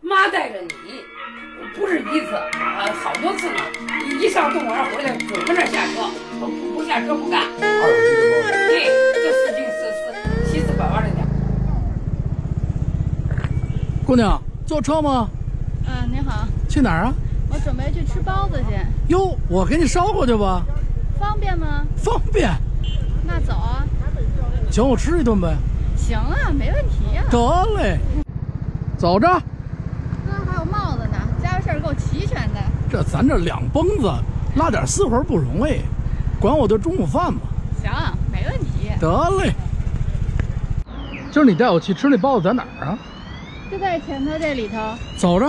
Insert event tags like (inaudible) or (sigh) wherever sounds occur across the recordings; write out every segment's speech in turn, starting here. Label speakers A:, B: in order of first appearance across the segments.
A: 妈带着你，不是一次，呃，好多次呢。一上动物园回来，准跟着下车，我不不下车不干。
B: 二手机的猫咪。
A: 对，这四进四四七四拐弯的点。
C: 姑娘，坐车吗？
D: 嗯，你好，
C: 去哪儿啊？
D: 我准备去吃包子去，
C: 哟，我给你捎过去吧，
D: 方便吗？
C: 方便。
D: 那走啊，
C: 请我吃一顿呗。
D: 行啊，没问题呀、
C: 得嘞，走着。
D: 啊，还有帽子呢，家伙事儿够齐全的。
C: 这咱这两蹦子拉点私活不容易，管我顿中午饭吧。
D: 行，没问题，
C: 得嘞。今儿你带我去吃那包子在哪儿啊？
D: 就在前头这里头。
C: 走着。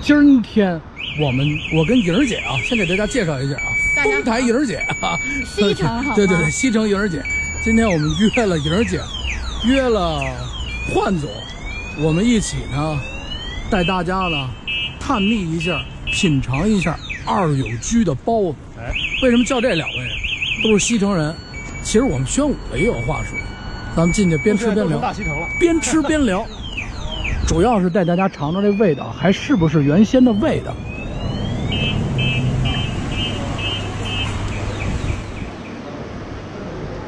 C: 今天我们我跟颖儿姐啊，先给大家介绍一下啊，
D: 大家好
C: 东台颖儿姐啊，
D: 西城好
C: (laughs)
D: 吗
C: 对对对，西城颖儿姐。今天我们约了颖儿姐，约了焕总，我们一起呢，带大家呢探秘一下，品尝一下二友居的包子。
B: 哎，
C: 为什么叫这两位？都是西城人。其实我们宣武的也有话说，咱们进去边吃边
B: 都
C: 聊
B: 成。大西城了。
C: 边吃边
B: (laughs)
C: 聊，主要是带大家尝尝这味道还是不是原先的味道。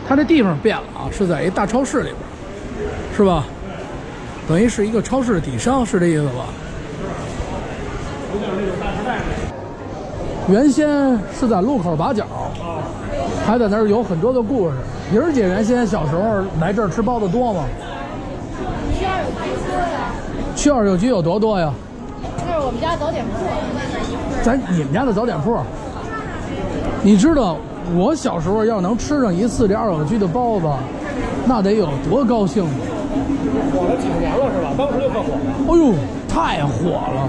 C: 它这地方变了啊，是在一大超市里边儿，是吧？等于是一个超市的底商，是这意思吧？原先是在路口把角，还在那儿有很多的故事。莹儿姐原先小时候来这儿吃包子多吗？去二九居有多多呀？
D: 这是我们家早点铺。
C: 咱你们家的早点铺，你知道我小时候要能吃上一次这二九居的包子，那得有多高兴啊！
B: 火了几十年了是吧？当时就特火了。
C: 哎呦，太火了！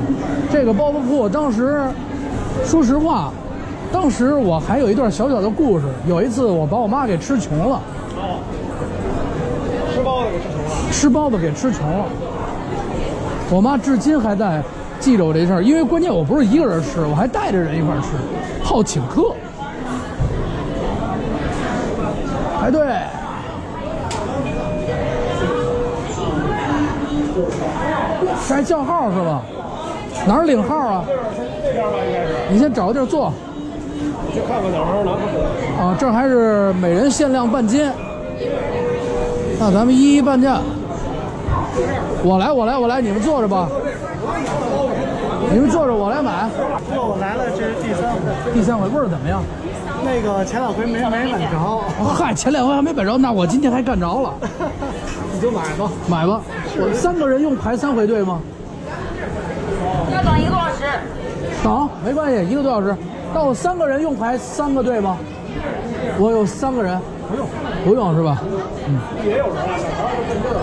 C: 这个包子铺当时，说实话，当时我还有一段小小的故事。有一次我把我妈给吃穷了，
B: 哦吃包子给吃穷了。
C: 吃包子给吃穷了。我妈至今还在记着我这事儿，因为关键我不是一个人吃，我还带着人一块儿吃，好请客。排队。该叫号是吧？哪儿领号啊？
B: 这边吧应该是，
C: 你先找个地儿坐。
B: 就看看哪儿能吃。
C: 啊，这儿还是每人限量半斤。那咱们一一半价。我来，我来，我来，你们坐着吧。你们坐着，我来买。
E: 我来了，这是第三回。
C: 第三回味儿怎么样？
E: 那个前两回没没买着，
C: 哦嗨，前两回还没买着，那我今天还干着了，
E: 你就买吧。
C: 买吧。我三个人用排三回队吗？
F: 要等一个多小时，
C: 好，啊没关系，一个多小时。那我三个人用排三个队吗？我有三个人，不用，不用是吧？嗯
B: 也有人啊，小孩儿都奔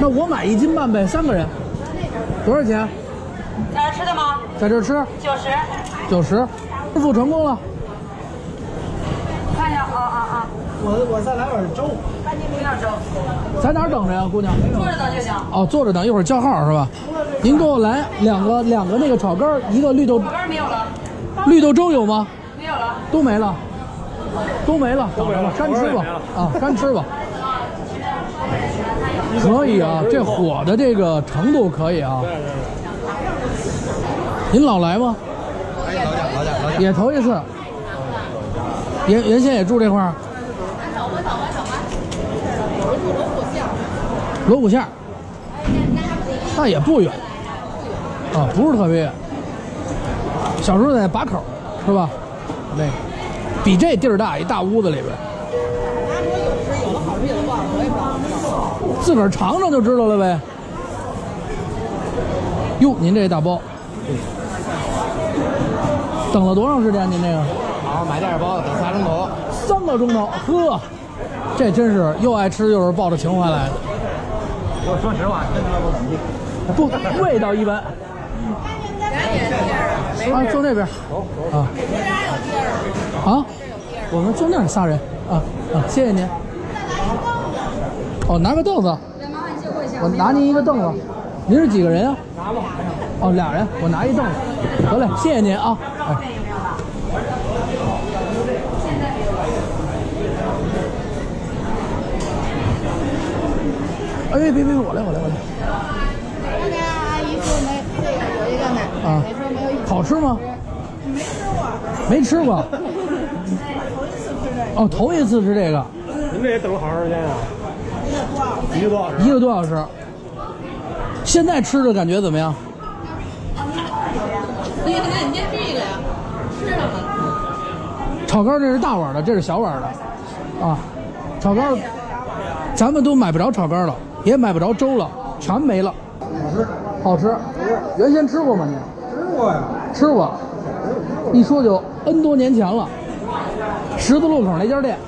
B: 这儿。
C: 那我买一斤半呗，三个人，多少钱？
F: 在这儿吃的吗？
C: 在这儿吃
F: 九十，
C: 九十，支付成功了。
F: 看一下，啊啊啊，
E: 我我再来碗粥。
F: 半斤米两粥，
C: 在哪儿等着呀，姑娘？
F: 坐着等就行。
C: 哦，坐着等，一会儿叫号是吧？您给我来两个两个那个炒肝儿，一个绿豆
F: 我这儿没有了，
C: 绿豆粥有吗？
F: 没有了，
C: 都没了，都没了，都
B: 没了
C: 干吃
B: 炒
C: 吧
B: 肝儿也没了
C: 啊，干吃吧。可以啊，这火的这个程度可以啊。
B: 对对对，
C: 您老来吗？也头一次。原原先也住这块儿。锣鼓巷。那也不远，啊，不是特别远。小时候在把口是吧？那个比这地儿大，一大屋子里边。自个儿尝尝就知道了呗。哟，您这大包，等了多长时间？您这个
E: 好，买点包子，等仨钟头。
C: 三个钟头，呵，这真是又爱吃又是抱着情怀来的。
E: 我说实话，真的不怎么地。
C: 不，味道一般。啊，坐那边。啊。啊，我们坐那儿仨人。啊啊，谢谢您。哦，拿个凳子。我拿您一个凳子。您是几个人啊？哦，俩人，我拿一凳子。得嘞，谢谢您啊。哎。哎，别别别，我来我来我来，
D: 刚才阿姨说没这个有一个奶
C: 啊
D: 奶奶说没有一
C: 好吃吗？没吃过，没吃过。哦，头一次吃这个，
B: 您这也等了好长时间啊？一个多小时。
C: 一个多小时。现在吃的感觉怎么样？那那你先吃一个呀，吃了吗？炒肝这是大碗的，这是小碗的，啊，炒肝，咱们都买不着炒肝了，也买不着粥了，全没了。好吃，好吃。原先吃过吗你？
B: 吃过呀。
C: 吃过，一说就 N 多年前了，十字路口那家店，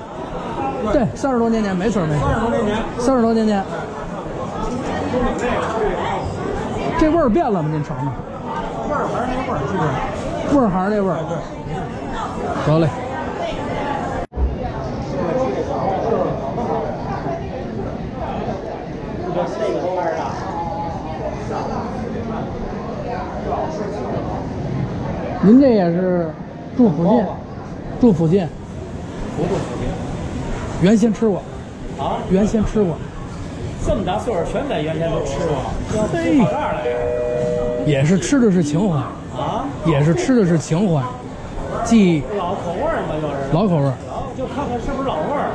C: 对，三十多年前，没错没错，
B: 二十多年前，
C: 三十多年前，这味儿变了吗？您尝尝，
B: 味儿还是哎那味儿，基本上。
C: 味儿还是那味儿。得嘞。您这也是住附近，住附近，
B: 哦不住附近
C: 原先吃过，
B: 啊？
C: 原先吃过，
B: 这么大岁数，全在原先都吃过，
C: 嘿
B: 跑这儿来呀？
C: 也是吃的是情怀，
B: 啊？
C: 也是吃的是情怀，记忆
B: 老口味儿嘛，就是，
C: 老口味儿，
B: 就看看是不是老味儿。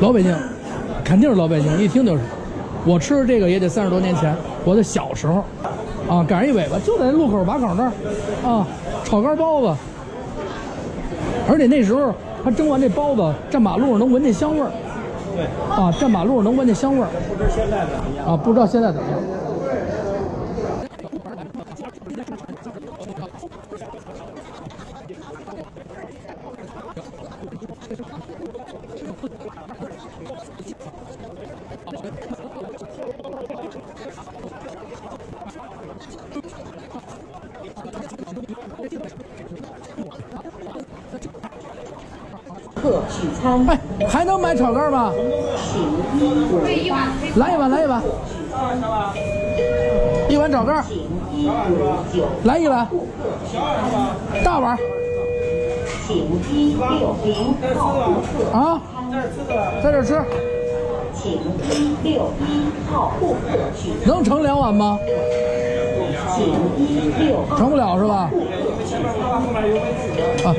C: 老北京，肯定是老北京，一听就是。我吃这个也得三十多年前，我的小时候，啊，赶上一尾巴就在路口把口那儿，啊，炒肝包子，而且那时候他蒸完这包子，站马路上能闻见香味儿，
B: 对，
C: 啊，站马路上能闻见香味儿，
B: 不知现在怎么样。
C: 啊，不知道现在怎么样。哎，还能买炒肝吗？来一碗，来一碗，一碗炒肝，来一碗，大碗啊，在这吃，能盛两碗吗？盛不了是吧？啊，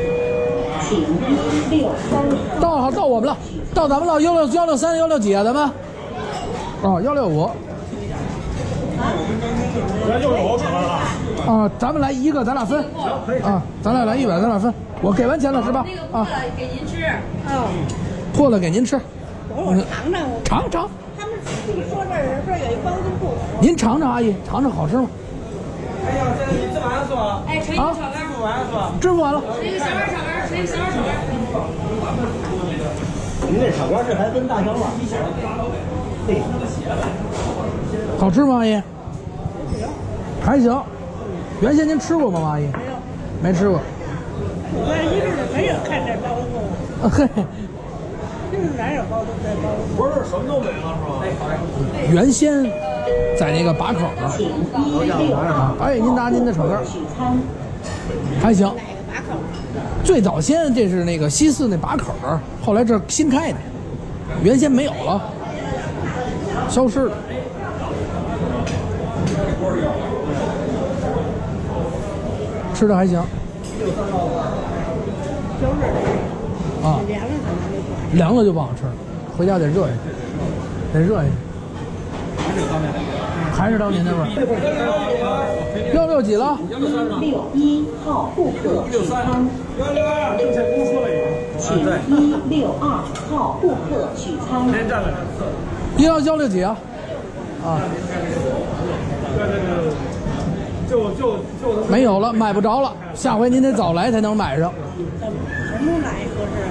C: 到好到我们了，到咱们了，幺六幺六三幺六几啊？咱们哦，幺六五。
B: 咱又有口味了。
C: 啊，咱们来一个，咱俩分。啊，咱俩来一碗，咱俩分。我给完钱了是吧？啊，
F: 给您吃。
C: 破了给您吃。我
G: 尝尝，我
C: 尝尝，
G: 他们一说这儿这儿有一包子铺，
C: 您尝尝，阿姨尝尝好吃吗？
H: 哎呀，这你这玩意儿是吧？
F: 哎，盛一
C: 啊
F: 个炒肝儿，
H: 这玩意儿是吧？
C: 吃不完了，
F: 盛一个小碗儿炒肝儿，盛一个小碗儿炒肝儿。
E: 您这炒肝这还跟大香碗。
C: 好吃吗，阿姨？还行。原先您吃过吗，阿姨？没吃过。
G: 我一直没有看这包子，
C: 啊 (laughs) 嘿，
G: 就是哪有包子这包子。
B: 不是什么都没了是吧？
C: 原先在那个把口呢。啊哎，您拿您的炒肝，还行。最早先这是那个西四那把口儿，后来这儿新开的，原先没有了，消失了。吃的还行。啊，凉了就不好吃了，回家得热一下，得热一下。还是当年那味儿。幺六几了？
B: 正在公司了已经。
C: 一到幺六几啊？啊，
B: 对对对对，就就就
C: 没有了，买不着了。下回您得早来才能买上。
G: 什么来合适啊？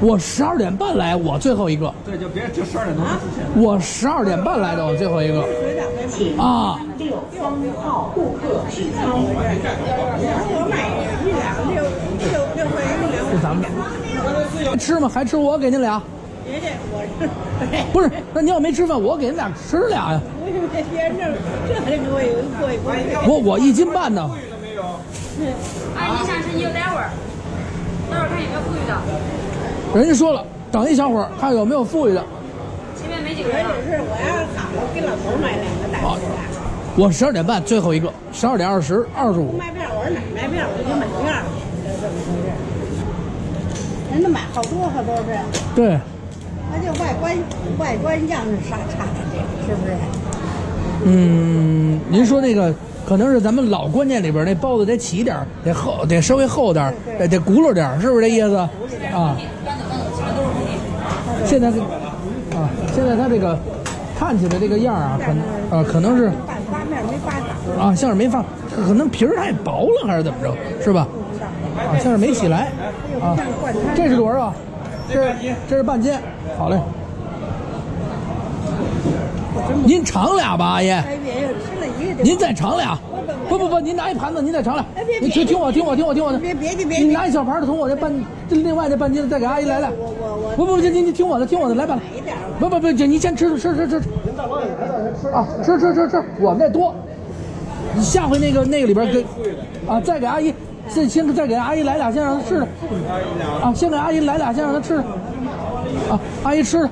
C: 我十二点半来，我最后一个。
E: 对，就别就十二点多之前。
C: 我十二点半来的，我最后一个。
G: 水饺没买，
C: 啊，
G: 我买一两六六六块一两，
C: 这咱们吃吗？还吃？我给您俩。
G: 别介，我是
C: 不是，那您要没吃饭，我给您俩吃俩呀。
G: 我有这别人这这还给我有一过一过一
C: 我我一斤半呢。
F: 阿哎姨，你想吃你就待会儿，待会儿看有没有富裕的，
C: 人家说了，等一小会儿看有没有富裕的。
F: 前面没。没几
G: 我
F: 个人了
G: 只。是我要早了给老头买两个大鸡蛋，
C: 我十二点半最后一个，十二点二十二十
G: 不
C: 五。
G: 卖票，我说哪卖票我就买票，就这么回事儿。人都买好多好多遍，
C: 对，
G: 那就外观外观样式啥差的，是不是？
C: 嗯，您说那个可能是咱们老观念里边那包子得起点儿，得厚，得稍微厚点儿，得得轱辘点儿，是不是这意思？啊。现在这啊，现在它这个看起来这个样儿啊，可能啊可能是
G: 半发面没发枣，
C: 啊像是没发，可能皮儿太薄了还是怎么着，是吧？啊，像是没起来啊。这是多少啊？这这是半斤，好嘞。您尝俩吧，阿姨。
G: 哎别又吃了一个就。
C: 您再尝俩，啊不不不，您拿一盘子，您再尝俩。
G: 哎别别
C: 您听听我听我听我听我的，
G: 别别别别
C: 你拿一小盘的，从我这半，这另外这半斤的再给阿姨来来。
G: 我我我
C: 不不不，您您听我的，听我的，来吧
G: 买一点儿。
C: 不不不，这您先吃吃吃吃吃。啊，吃吃吃吃，我们这多。你下回那个那个里边给，啊，再给阿姨，再先再给阿姨来俩，先让她吃着。啊，先给阿姨来俩，先让她吃着。啊，阿姨吃着。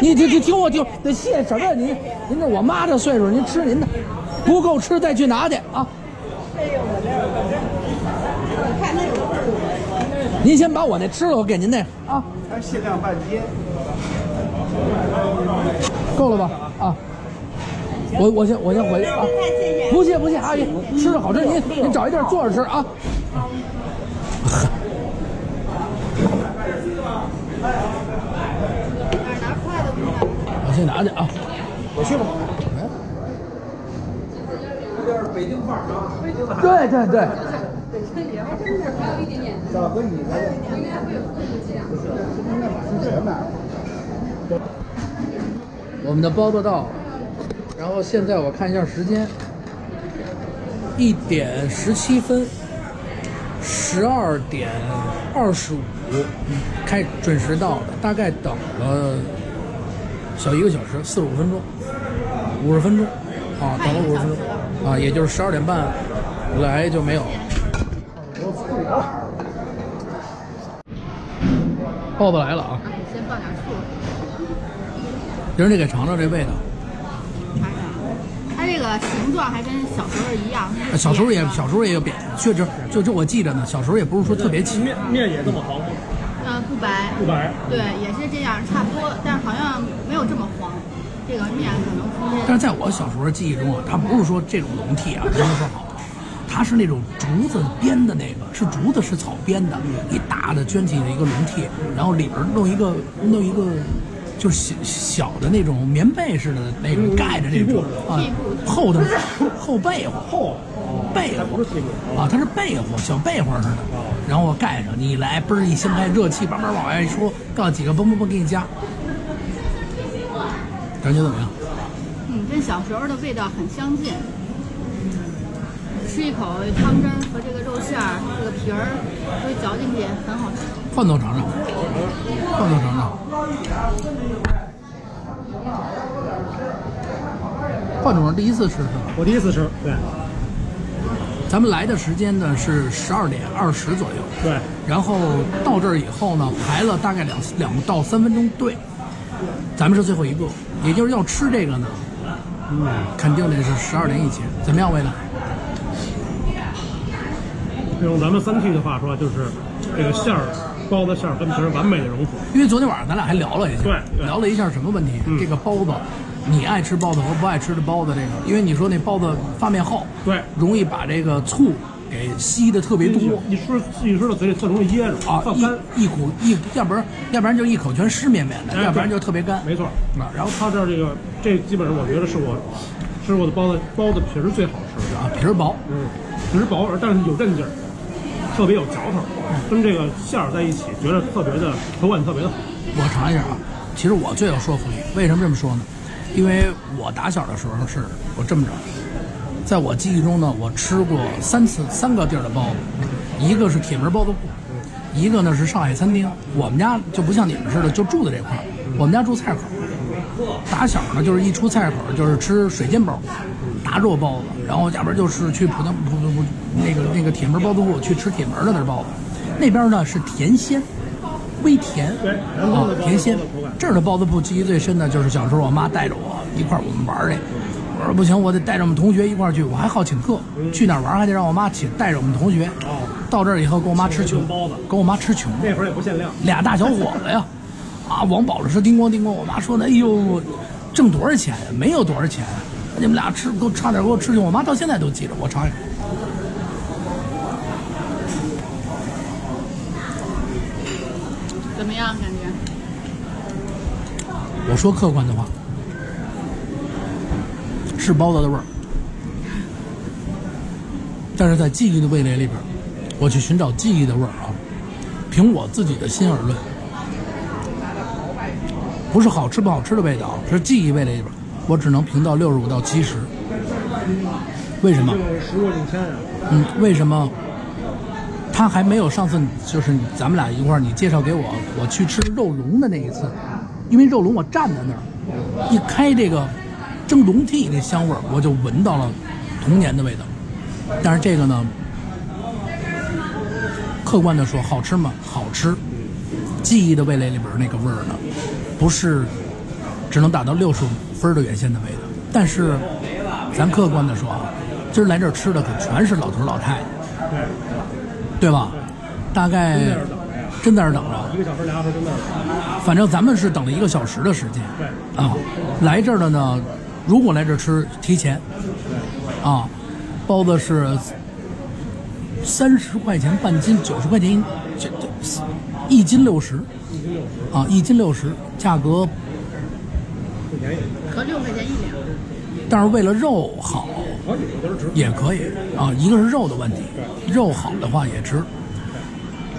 C: 你听听听我听，得谢什么呀？您您这我妈这岁数，您吃您的，不够吃再去拿去啊。您先把我那吃了，我给您那个啊。
E: 限量半斤。
C: 够了吧？啊，我我先我先回去啊，不谢不谢，阿姨，吃着好吃，您您找一地儿坐着吃啊。我先拿去啊，哎我去吧。啊对对对，
E: 小哥，你来。不是，是应该把这钱买了。
C: 我们的包子到了，然后现在我看一下时间，一点十七分，十二点二十五，嗯开准时到的，大概等了小一个小时，四十五分钟，五十分钟，啊，等了五十分钟，啊，也就是十二点半来就没有。包子来了啊！
D: 先放点醋。
C: 人得给尝尝这味道。
D: 它这个形状还跟小时候一样，它是
C: 哎小时候也
D: 扁的
C: 小时候也有扁，确实就这我记着呢。小时候也不是说特别起，
B: 面面也这么黄吗？
D: 嗯不白，
B: 不白。
D: 对，也是这样，差不多，但是好像没有这么黄。这个面可能出
C: 但是在
D: 身
C: 我小时候记忆中啊，它不是说这种笼屉啊，不是说好，它是那种竹子编的那个，是竹子是草编的，一大的卷起的一个笼屉，然后里边弄一个弄一个。就是小小的那种棉被似的那种盖着这种啊，厚的厚被窝，厚被窝不是被窝啊，它是哦被窝，小被窝似的，然后我盖上，你一来嘣儿一掀开，热气叭叭往外一出，告几个嘣嘣嘣给你加，感觉怎么样？
D: 嗯，跟小时候的味道很相近。吃一口汤汁儿和这个肉馅儿，这个皮儿都嚼进去，很好吃。
C: 换豆尝尝，换豆尝尝，换豆尝第一次吃是吧？
B: 我第一次吃，对
C: 咱们来的时间呢是十二点二十左右，
B: 对，
C: 然后到这儿以后呢，排了大概两两到三分钟队，咱们是最后一个，也就是要吃这个呢，嗯，肯定得是十二点以前，怎么样，魏呢？
B: 用咱们三 T 的话说，就是这个馅儿包子馅儿跟皮儿完美的融合。
C: 因为昨天晚上咱俩还聊了一下，
B: 对对嗯
C: 聊了一下什么问题？这个包子，你爱吃包子和不爱吃的包子，这个，因为你说那包子发面厚，
B: 对
C: 容易把这个醋给吸的特别多。
B: 一吃一吃到嘴里特容易噎着
C: 啊，
B: 特干。
C: 一一股一，要不然要不然就一口全湿绵绵的，
B: 哎
C: 要不然
B: 对
C: 就特别干。
B: 没错。
C: 啊，然
B: 然
C: 后
B: 后它这儿这个这基本上我觉得是我吃过的包子包子皮儿最好吃的，
C: 啊皮儿薄，
B: 嗯，皮儿薄而但是有韧劲儿，特别有嚼头，跟这个馅儿在一起，觉得特别的口感特别的好。
C: 我尝一下啊。其实我最有说服力，为什么这么说呢？因为我打小的时候是我这么着，在我记忆中呢，我吃过三次三个地儿的包子，一个是铁门包子铺，一个呢是上海餐厅。我们家就不像你们似的，就住在这块儿，我们家住菜口儿。打小呢，就是一出菜口就是吃水煎包、打肉包子，然后要不然就是去普通普普普那个那个铁门包子铺去吃铁门的那包子，那边呢是甜鲜，微甜
B: 对，
C: 啊，甜鲜
B: 的口感。
C: 这儿的包子铺记忆最深的就是小时候我妈带着我一块儿我们玩儿去，我说不行，我得带着我们同学一块儿去，我还好请客，
B: 嗯
C: 去哪儿玩儿还得让我妈请带着我们同学。到这儿以后跟我妈吃穷
B: 哦请包子
C: 跟我妈吃穷，
B: 那会儿也不限量，
C: 俩大小伙子呀，啊，往饱了吃，叮咣叮咣。我妈说呢，哎呦，挣多少钱呀？没有多少钱，啊你们俩吃给我差点给我吃穷。我妈到现在都记着，我尝一口。
D: 怎么样？感觉？
C: 我说客观的话，是包子的味儿，但是在记忆的味蕾里边，我去寻找记忆的味儿啊，凭我自己的心而论，不是好吃不好吃的味道，啊是记忆味蕾里边，我只能评到六十五到七十。为什么？
B: 就是食物领先啊。
C: 嗯，为什么他还没有上次就是你咱们俩一块儿你介绍给我我去吃肉龙的那一次？因为肉龙我站在那儿，一开这个蒸笼屉那香味儿，我就闻到了童年的味道。但是这个呢，客观的说，好吃吗？好吃。记忆的味蕾里边那个味儿呢，不是只能打到六十分儿的原先的味道。但是，咱客观的说啊，今儿来这儿吃的可全是老头儿老太太，对吧？大概真在这儿等着。
B: 一个小时、俩小时就那儿了。
C: 反正咱们是等了一个小时的时间，
B: 对
C: 啊，来这儿的呢，如果来这儿吃，提前，啊，包子是三十块钱半斤，九十块钱一这这一斤六十，啊，一斤六十，价格，
B: 不便宜，
D: 合六块钱一两，
C: 但是为了肉好
B: 好几个都是值。
C: 也可以啊，一个是肉的问题，肉好的话也值。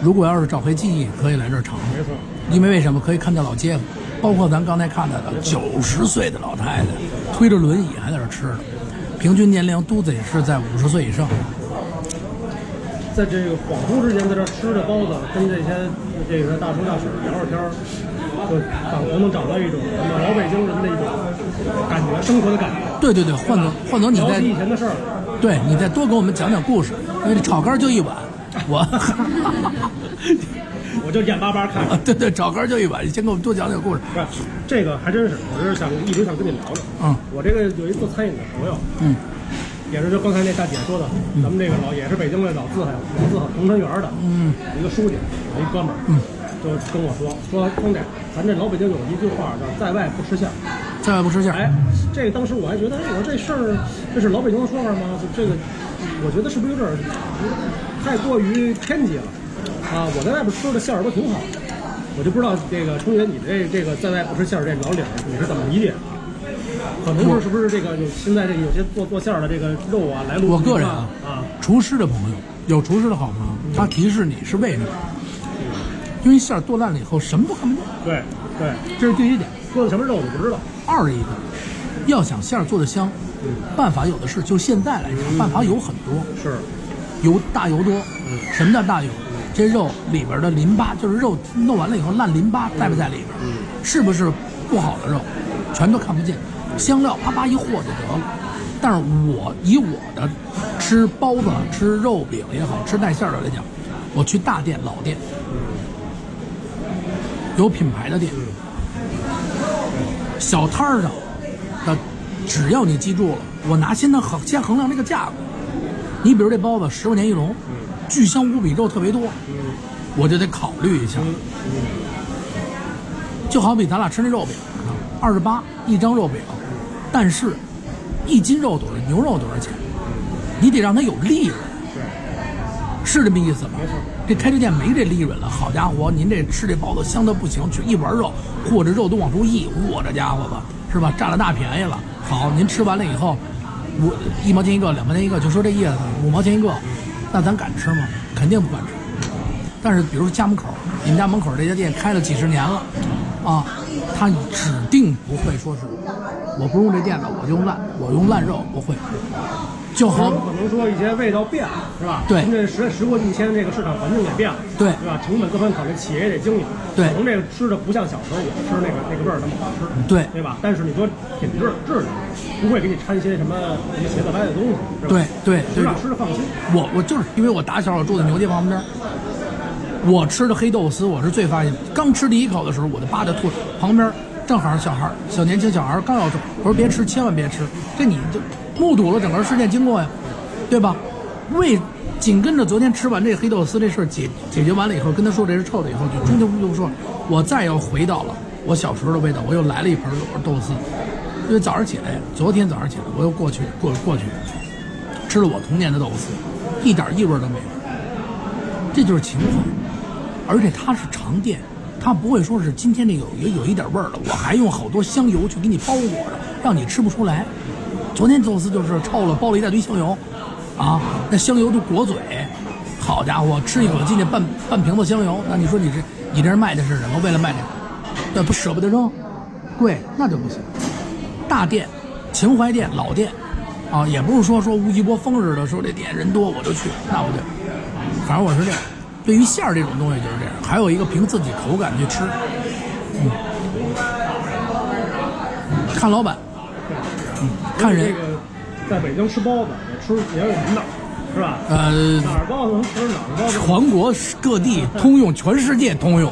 C: 如果要是找回记忆，可以来这儿尝尝。
B: 没错，
C: 因为为什么可以看见老街坊，包括咱刚才看到的九十岁的老太太推着轮椅还在这儿吃呢，平均年龄都得是在五十岁以上。
B: 在这个恍惚之间，在这儿吃着包子，跟这些这个大叔大婶聊着天儿，就仿佛能找到一种什么老北京人的一种感觉，生活的感觉。
C: 对对对，换总换总你
B: 聊
C: 再
B: 起以前的事儿，
C: 对你再多给我们讲讲故事，因为这炒肝就一碗，我 (laughs)
B: 我就眼巴巴看着。
C: 对对，炒肝就一碗，你先给我们多讲讲故事。
B: 不是，这个还真是，我是想一直想跟你聊聊。
C: 嗯
B: 我这个有一做餐饮的朋友，
C: 嗯，
B: 也是就刚才那大姐说的，咱们这个老也是北京的老字号老字号同城园的，嗯，一个书记，我一哥们儿，嗯，就跟我说说兄弟，咱这老北京有一句话叫“在外不吃馅”，
C: 再也不吃馅儿
B: 哎，这个当时我还觉得，哎，我说这事儿这是老北京的说法吗？就这个，我觉得是不是有点儿太过于偏激了啊？我在外边吃的馅儿不挺好的？我就不知道这个春姐，你这这个在外不吃馅儿这老理儿，你是怎么理解的？可能是是不是这个有现在这个有些做做馅儿的这个肉啊来路
C: 我
B: 不
C: 个
B: 明
C: 人
B: 啊啊，
C: 厨师的朋友有厨师的好朋友，他提示你是为什么？因为馅儿剁烂了以后什么都看不见，
B: 对对，
C: 这是第一点。
B: 做的什么肉你不知道，
C: 二一个，要想馅儿做的香，办法有的是。就现在来讲，办法有很多，
B: 是
C: 油大油多。什么叫大油？这肉里边的淋巴，就是肉弄完了以后烂淋巴在不在里边？是不是不好的肉，全都看不见。香料啪啪一和就得了。但是我以我的吃包子、啊吃肉饼也好，吃带馅儿的来讲，我去大店、老店，有品牌的店，小摊儿上的，只要你记住了，我拿先的衡先衡量这个价格。你比如这包子十块钱一笼，巨香无比，肉特别多，我就得考虑一下。就好比咱俩吃那肉饼，二十八一张肉饼，但是一斤肉多少，牛肉多少钱？你得让它有利润，是这么意思吧？这开这店没这利润了，好家伙，您这吃这包子香的不行，去一碗肉，嚯，这肉都往出溢，我这家伙吧，是吧？占了大便宜了。好，您吃完了以后，五一毛钱一个，两毛钱一个，就说这意思，五毛钱一个，那咱敢吃吗？肯定不敢吃。但是比如说家门口，你们家门口这家店开了几十年了，啊，他指定不会说是，我不用这店了，我就用烂，我用烂肉不会，就
B: 可
C: 好
B: 能可能说一些味道变了，是吧？
C: 对
B: 因为时时过境迁，这个市场环境也变了，
C: 对
B: 对吧？成本各方面考虑，企业也得经营，
C: 对
B: 可能这个吃的不像小时候我吃那个那个味儿那么好吃，
C: 对
B: 对吧？但是你说品质质量，不会给你掺些什么什么邪的歪的东西，是吧？
C: 对对对
B: 吃着吃着放心，
C: 我我就是因为我打小我住在牛街旁边，我吃的黑豆丝，我是最发现，刚吃第一口的时候，我就扒着吐，旁边正好是小孩儿，小年轻小孩儿刚要吃，我说别吃，千万别吃，这你就目睹了整个事件经过呀，对吧？为紧跟着昨天吃完这黑豆丝这事儿解解决完了以后，跟他说这是臭的以后，就中间就说，我再要回到了我小时候的味道，我又来了一盆豆丝，因为早上起来，昨天早上起来我又过去过过去吃了我童年的豆丝，一点异味都没有。这就是情怀，而且它是常见，它不会说是今天这有有有一点味儿了，我还用好多香油去给你包裹着，让你吃不出来。昨天宙斯就是臭了，包了一大堆香油，啊，那香油就裹嘴，好家伙，吃一口进去半半瓶子香油，那你说你这你这人卖的是什么？为了卖这个，那不舍不得扔，贵那就不行。大店、情怀店、老店，啊，也不是说说吴一波风似的，说这店人多我就去，那不对。反正我是这样，对于馅儿这种东西就是这样，还有一个凭自己口感去吃。嗯，看老板，嗯，看
B: 这
C: 人，
B: 个在北京吃包子也吃也有门道，是吧？
C: 呃，
B: 哪儿包子能吃哪儿包子，
C: 全国各地通用，全世界通用。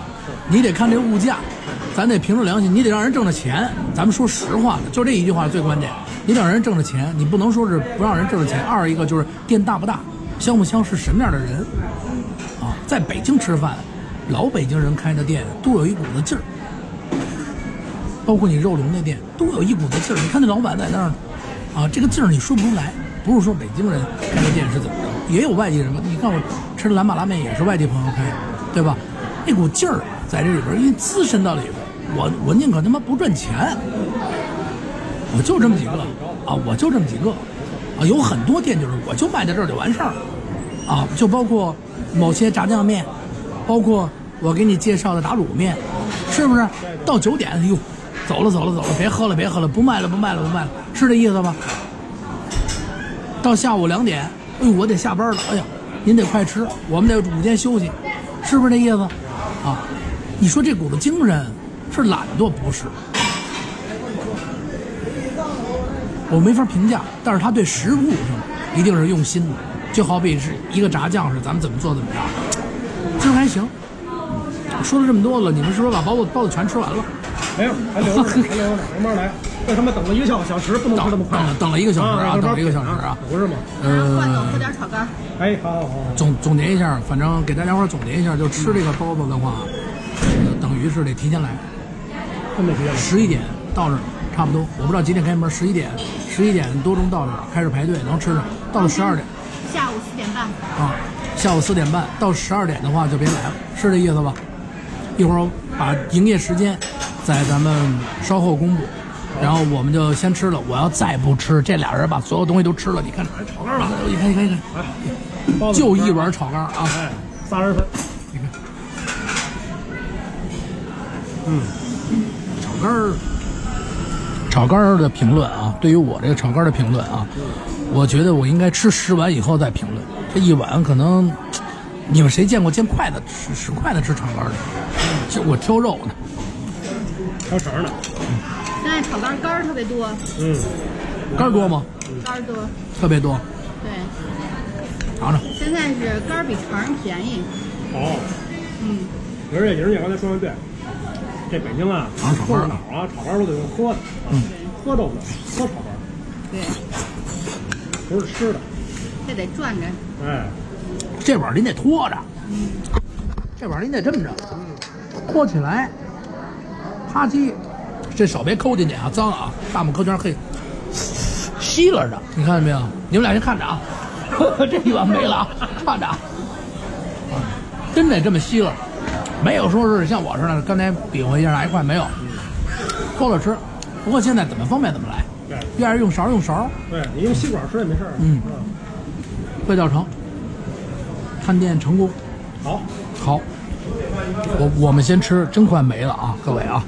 C: 你得看这物价，咱得凭着良心，你得让人挣着钱。咱们说实话的，就这一句话最关键，你得让人挣着钱，你不能说是不让人挣着钱。二一个就是店大不大，香不香，是什么样的人啊？在北京吃饭，老北京人开的店都有一股子劲儿，包括你肉龙那店都有一股子劲儿。你看那老板在那儿呢，啊，这个劲儿你说不出来。不是说北京人开的店是怎么着，也有外地人嘛。你看我吃的兰马拉面也是外地朋友开，对吧？那股劲儿在这里边儿，因为资深到里边儿，我我宁可他妈不赚钱，我就这么几个啊，我就这么几个啊，有很多店就是我就卖在这儿就完事儿了啊，就包括某些炸酱面，包括我给你介绍的打卤面，是不是？到九点，哎呦，走了走了走了，别喝了别喝了，不卖了不卖了不卖了，是这意思吧？到下午两点，哎呦，我得下班了，哎呀，您得快吃，我们得午间休息，是不是这意思？啊，你说这股子精神是懒惰不是？我没法评价，但是他对食物上一定是用心的，就好比是一个炸酱是咱们怎么做怎么炸，其实还行。说了这么多了，你们是不是把包子包子全吃完了？
B: 没有，还留着呢，还留着呢，慢慢来。这他妈等了一个小小时，不能吃这么快
C: 等了。等了一个小时啊，
B: 这边
C: 等了一个小时啊。
B: 不是吗？
D: 换
C: 呃
D: 走，喝点炒肝儿。
B: 哎，好好好好。
C: 总总结一下，反正给大家伙儿总结一下，就吃这个包子的话，呃等于是得提前来，
B: 真没时间了。
C: 十一点到这儿差不多。我不知道几点开门，十一点十一点多钟到这儿开始排队能吃上，到了十二点
D: 下午四点半，
C: 啊，下午四点半到十二点的话就别来了，是这意思吧？一会儿我把营业时间在咱们稍后公布，然后我们就先吃了。我要再不吃，这俩人把所有东西都吃了，你看，炒肝了，你看，你看，你看，
B: 包子
C: 就一碗炒肝啊。
B: 哎，仨人分。
C: 你看，嗯，炒肝儿，炒肝儿的评论啊，对于我这个炒肝儿的评论啊，我觉得我应该吃十碗以后再评论。这一碗可能，你们谁见过煎筷子吃使筷子吃炒肝儿的？就我挑肉呢，
B: 还有绳呢。
D: 现在炒肝儿肝儿特别多，
B: 嗯，
C: 肝儿多吗？
D: 肝儿多。
C: 特别多，
D: 对，
C: 尝尝。
D: 现在是肝儿比肠儿便宜。
B: 好。
D: 嗯，
B: 而且莹姐刚才说的对，这北京啊，
C: 啊炒肝
B: 豆
C: 儿
B: 脑
C: 呢
B: 啊，炒肝儿都得用喝的，嗯，喝豆腐，喝炒肝儿，
D: 对，
B: 不是吃的。
D: 这得转着。
B: 哎，
C: 这碗儿您得拖着，这碗儿您得这么着，拖起来，啪叽，这手别抠进去啊，脏啊，大拇哥全是黑，吸了着，你看见没有？你们俩先看着啊， (laughs) 这一碗没了啊，看着啊，真得这么吸了，没有说是像我似的，刚才比划一下拿一块没有，抠着吃。不过现在怎么方便怎么来，
B: 对
C: 愿意用勺用勺，
B: 对，你用吸管吃也没事儿。啊
C: 嗯，味道成，探店成功。
B: 好，
C: 好，我我们先吃，真快没了啊，各位啊。